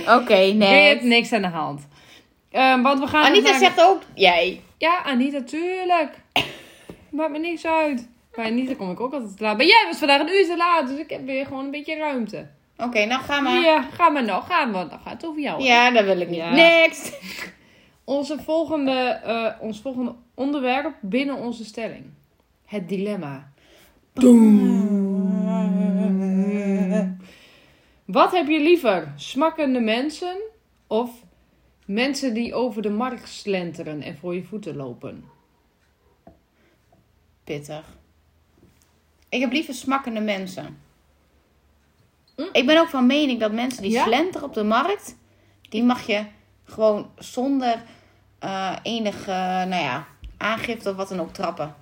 Oké,
Nee,
nee.
niks aan de hand. Eh, want we gaan...
Anita
naar-
zegt ook jij.
Ja, Anita, tuurlijk. <coughs> Maakt me niks uit. Bij Anita kom ik ook altijd te laat. Maar jij was vandaag een uur te laat, dus ik heb weer gewoon een beetje ruimte.
Oké, nou ga maar. Ja,
Ja, ga maar nou, ga maar. Dan gaat het over jou.
dat wil ik niet.
Ja.
Next.
Onze volgende, eh, ons volgende onderwerp binnen onze stelling. Het dilemma. Wat heb je liever? Smakkende mensen of mensen die over de markt slenteren en voor je voeten lopen?
Pittig. Ik heb liever smakkende mensen.
Mm.
Ik ben ook van mening dat mensen die
Ja?
slenteren op de markt, die mag je gewoon zonder eh, enige nou ja, aangifte of wat dan ook trappen.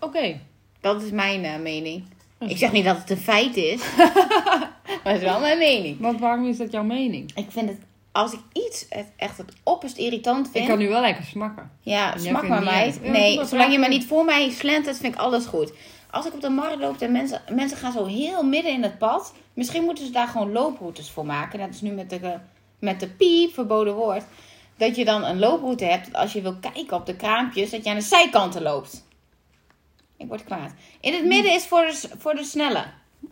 Oké.
Dat is mijn eh, mening. Ik zeg niet dat het een feit
<laughs>
is, maar het is wel mijn mening.
Want waarom is dat jouw mening?
Ik vind het, als ik iets het, echt het opperst irritant vind,
Ik kan nu wel lekker smakken.
ja,
Jij
smak
vindt
maar
niet
meid.
erg. Ja, doe
Nee,
maar,
zolang je
vraag
maar
me.
niet voor mij slentert, vind ik alles goed. Als ik op de markt loop en mensen, mensen gaan zo heel midden in het pad, misschien moeten ze daar gewoon looproutes voor maken. Dat is nu met de, eh, met de piep, verboden woord, dat je dan een looproute hebt dat als je wil kijken op de kraampjes, dat je aan de zijkanten loopt. Ik word kwaad. In het midden is voor de, s- voor de snelle.
Maar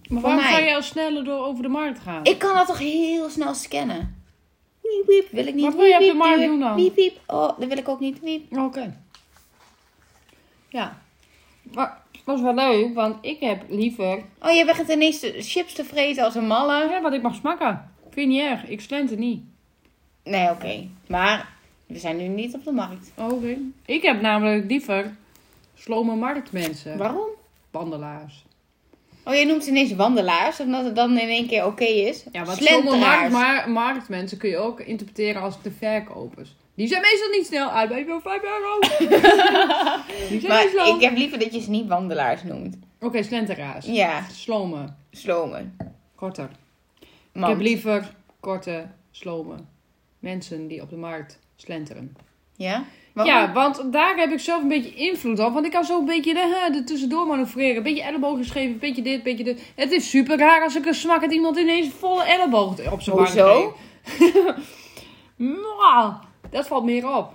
Voor
waarom
mij.
ga je al sneller door over de markt gaan?
Ik kan dat toch heel snel scannen? Wiep, wiep, wil ik niet.
Wat wil je op de
Wiep, wiep,
markt
wiep,
doen dan?
Wiep, wiep. Oh, dat wil ik ook niet. Wiep.
Oké. Ja. Maar het was wel leuk, want ik heb liever... Nou
Oh, je begint ineens de chips te vreten als een malle.
Ja, wat ik mag smakken. Vind je niet erg. Ik slenter niet.
Nee, oké. Maar we zijn nu niet op de markt.
Oh, Oké. Ik heb namelijk liever slome marktmensen.
Waarom?
Wandelaars.
Oh, je noemt ineens wandelaars, omdat het dan in één keer oké is.
Ja, want slome markt,
Slenteraars.
maar, marktmensen kun je ook interpreteren als de verkopers. Die zijn meestal niet snel uit bij voor 5 euro.
<laughs>
Die zijn
Maar
niet snel.
ik heb liever dat je ze niet wandelaars noemt.
Oké, slenteraars.
Ja,
Slomen.
slomen.
Korter. Ik
Man.
heb liever korte, slome mensen die op de markt slenteren.
Ja? Waarom?
Ja, want daar heb ik zelf een beetje invloed op. Want ik kan zo een beetje eh, er tussendoor manoeuvreren. Een beetje elleboogjes geven, een beetje dit, een beetje dit. Het is super raar als ik een smak dat iemand ineens volle elleboog op zijn bank
Hoezo?
geeft. <laughs> Nou, dat valt meer op.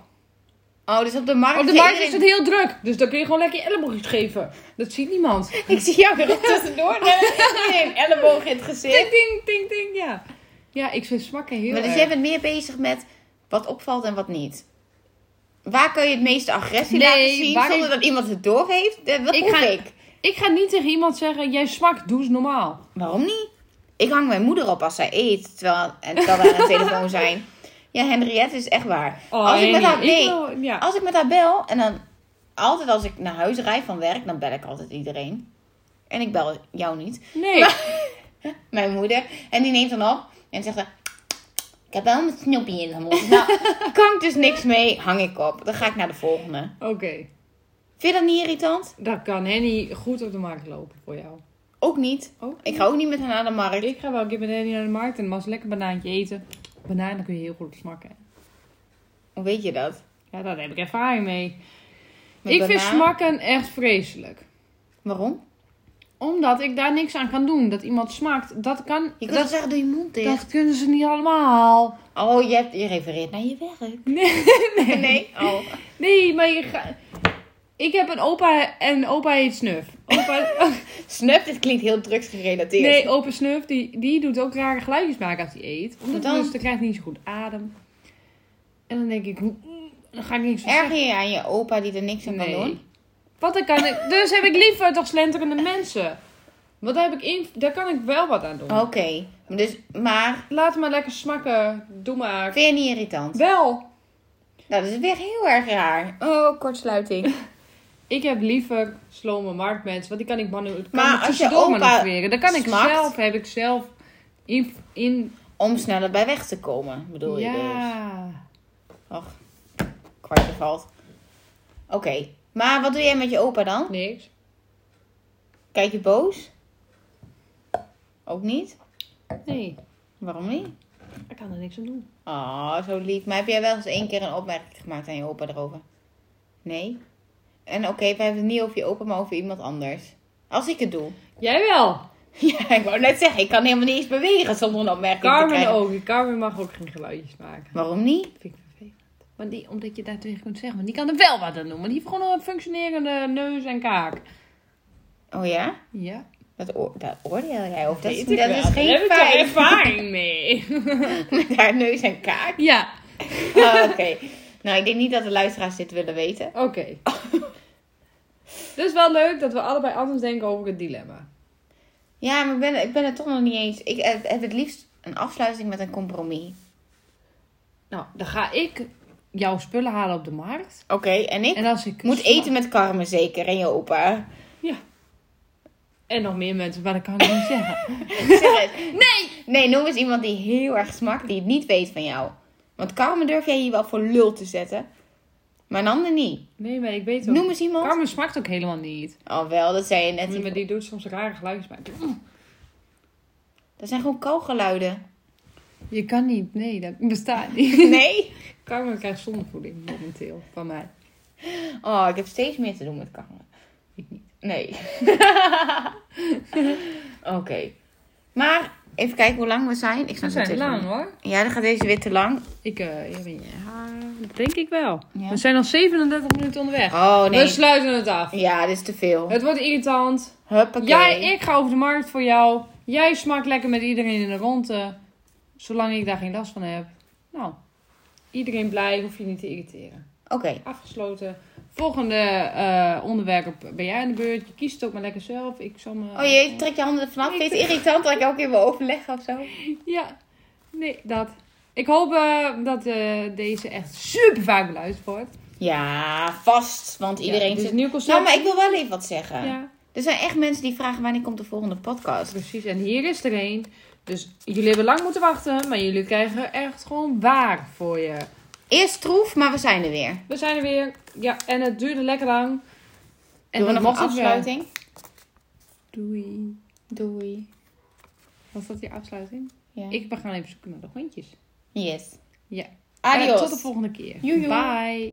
Oh, dus op de markt...
Op de markt is
iedereen-
het heel druk. Dus dan kun je gewoon lekker je elleboogjes geven. Dat ziet niemand.
Ik zie jou
<laughs>
er tussendoor. Nee, een elleboog in het gezicht.
Ding, ding, ding, ding, ja. Ja, ik vind smakken heel
Maar dus
erg.
jij bent meer bezig met wat opvalt en wat niet. Waar kun je het meeste agressie
Nee,
laten zien
waar
zonder
ik-
dat iemand het doorheeft? Eh, Dat
Ik
hoef
ga-
ik.
Ik ga niet tegen iemand zeggen, jij smakt, doe eens normaal.
Waarom niet? Ik hang mijn moeder op als zij eet, terwijl, en terwijl we aan de telefoon zijn.
<laughs>
Ja, Henriette is echt waar.
Oh,
als, ik met haar, nee,
wil- ja.
als ik met haar bel, en dan altijd als ik naar huis rijd van werk, dan bel ik altijd iedereen. En ik bel jou niet,
Nee.
<laughs> mijn moeder. En die neemt dan op en zegt dan, ik heb wel een snoepje in de
<laughs>
mond. Nou, kan ik dus niks mee, hang ik op. Dan ga ik naar de volgende.
Oké.
Vind je dat niet irritant?
Dan kan Henny goed op de markt lopen voor jou.
Ook niet.
Ook.
Ik ga ook niet met haar naar de markt.
Ik ga wel een keer met Henny naar de markt en dan mag ze lekker een banaantje eten. Bananen kun je heel goed op smakken.
Hoe weet je dat?
Ja, daar heb ik ervaring mee.
Met
ik vind
banaan?
smakken echt vreselijk.
Waarom?
Omdat ik daar niks aan kan doen. Dat iemand smaakt, dat kan...
Je kunt
dat,
dat zeggen, doe je mond dicht.
dat kunnen ze niet allemaal.
Oh, je, hebt, je refereert naar je werk.
<laughs> Nee.
Nee. Oh.
Nee, maar je ga- Ik heb een opa en opa heet Snuf.
<laughs>
Opa...
Snap, dit klinkt heel drugsgerelateerd.
Nee, open snuf, die, die doet ook rare geluidjes maken als hij eet. Omdat
dan?
dan? Dus dan krijgt hij niet zo goed adem. En dan denk ik, mm, dan ga ik niks van zeggen.
Erger je aan je opa die er niks aan kan
Nee.
doen?
Wat dan kan ik... Dus heb ik liever toch slenterende mensen. Want daar, heb ik in, daar kan ik wel wat aan doen.
Oké. Dus, maar
Laat het maar lekker smakken. Doe maar.
vind je niet irritant?
Wel.
Nou, dat is weer heel erg raar. Oh, kortsluiting.
Ik heb liever slome marktmens. Want die kan ik manu- kan
Maar
maar
als je
tussendoor
opa
manoeuvreren. Dan kan ik
smakt-
zelf, heb ik zelf in... in
Om sneller bij weg te komen, bedoel je dus?
ja.
Och, kwartje valt. Oké, maar wat doe jij met je opa dan?
Niks.
Kijk je boos? Ook niet?
Nee.
Waarom niet?
Ik kan er niks aan doen.
Oh, zo lief. Maar heb jij wel eens één keer een opmerking gemaakt aan je opa erover? Nee? En oké, we hebben het niet over je opa, maar over iemand anders. Als ik het doe. <laughs>
Jij wel.
Ja, ik wou net zeggen, ik kan helemaal niet eens bewegen zonder een opmerking te
Carmen
krijgen.
ook. Carmen mag ook geen geluidjes maken.
Waarom niet?
Dat vind ik vervelend. Maar die, omdat je daar tegen kunt zeggen. Want die kan er wel wat aan doen. Maar die heeft gewoon een functionerende neus en kaak.
Oh ja?
Ja.
Dat, oor- dat oordeel jij over. Dat, is-
Weet ik
dat
wel.
is geen
Daar heb ik
feit.
toch ervaring mee.
<laughs> Met haar neus en kaak.
<laughs> ja.
Oh, oké. Nou, ik denk niet dat de luisteraars dit willen weten.
Oké. dus wel leuk dat we allebei anders denken over het dilemma.
Ja, maar ik ben, ik ben het toch nog niet eens. Ik eh, heb het liefst een afsluiting met een compromis.
Nou, dan ga ik jouw spullen halen op de markt.
Oké, en ik
En als ik
moet
sma-
eten met Carmen zeker en je
<laughs>
opa.
Ja. En nog meer mensen, maar dat kan ik niet zeggen.
nee! Nee, noem eens iemand die heel erg smakt, die het niet weet van jou. Want Carmen durf jij hier wel voor lul te zetten. Maar een ander niet.
Nee, maar ik weet ook.
Noem eens iemand.
Carmen smaakt ook helemaal niet.
Oh wel, dat zei je net.
Maar
niet.
die doet soms rare geluidjes maken.
Dat zijn gewoon
<laughs>
kalgeluiden.
Je kan niet, nee, dat bestaat <laughs> niet.
Nee?
Carmen krijgt zonnevoeding momenteel van mij.
Oh, ik heb steeds meer te doen met Carmen. Ik niet.
<laughs>
Nee. Oké. Maar even kijken hoe lang we zijn. Ik snap het even niet.
hoor.
Ja, dan gaat deze weer te lang.
Ik, eh, ja, ben je- ja, dat denk ik wel.
Ja.
We zijn al 37 minuten onderweg.
Oh
We
nee.
sluiten het af.
Ja, dit is te veel.
Het wordt irritant.
Huppakee.
Jij, ik ga over de markt voor jou. Jij smakt lekker met iedereen in de ronde. Zolang ik daar geen last van heb. Nou, iedereen blij, hoef je niet te irriteren.
Oké.
Afgesloten. Volgende eh, onderwerp ben jij aan de beurt. Je kiest het ook maar lekker zelf. Ik zal me...
Oh jee, trek je handen er vanaf. Vind je het irritant dat ik ook in mijn overleg of zo?
Ja, nee, dat. Ik hoop eh, dat eh, deze echt super vaak beluisterd wordt.
Ja, vast. Want iedereen
Ja, dit is
zit...
een nieuw concept.
Nou, maar ik wil wel even wat zeggen.
Ja,
Er zijn echt mensen die vragen wanneer komt de volgende podcast.
precies. En hier is er één. Dus jullie hebben lang moeten wachten, maar jullie krijgen echt gewoon waar voor je.
Eerst troef, maar we zijn er weer.
We zijn er weer. Ja, en het duurde lekker lang. En
Doen we
dat
nog een
was het weer.
afsluiting?
Doei.
Doei.
Was dat die afsluiting?
Ja.
Ik we gaan even zoeken naar de hondjes.
Yes.
Ja.
Adios.
En tot de volgende keer.
Joejoe.
Bye.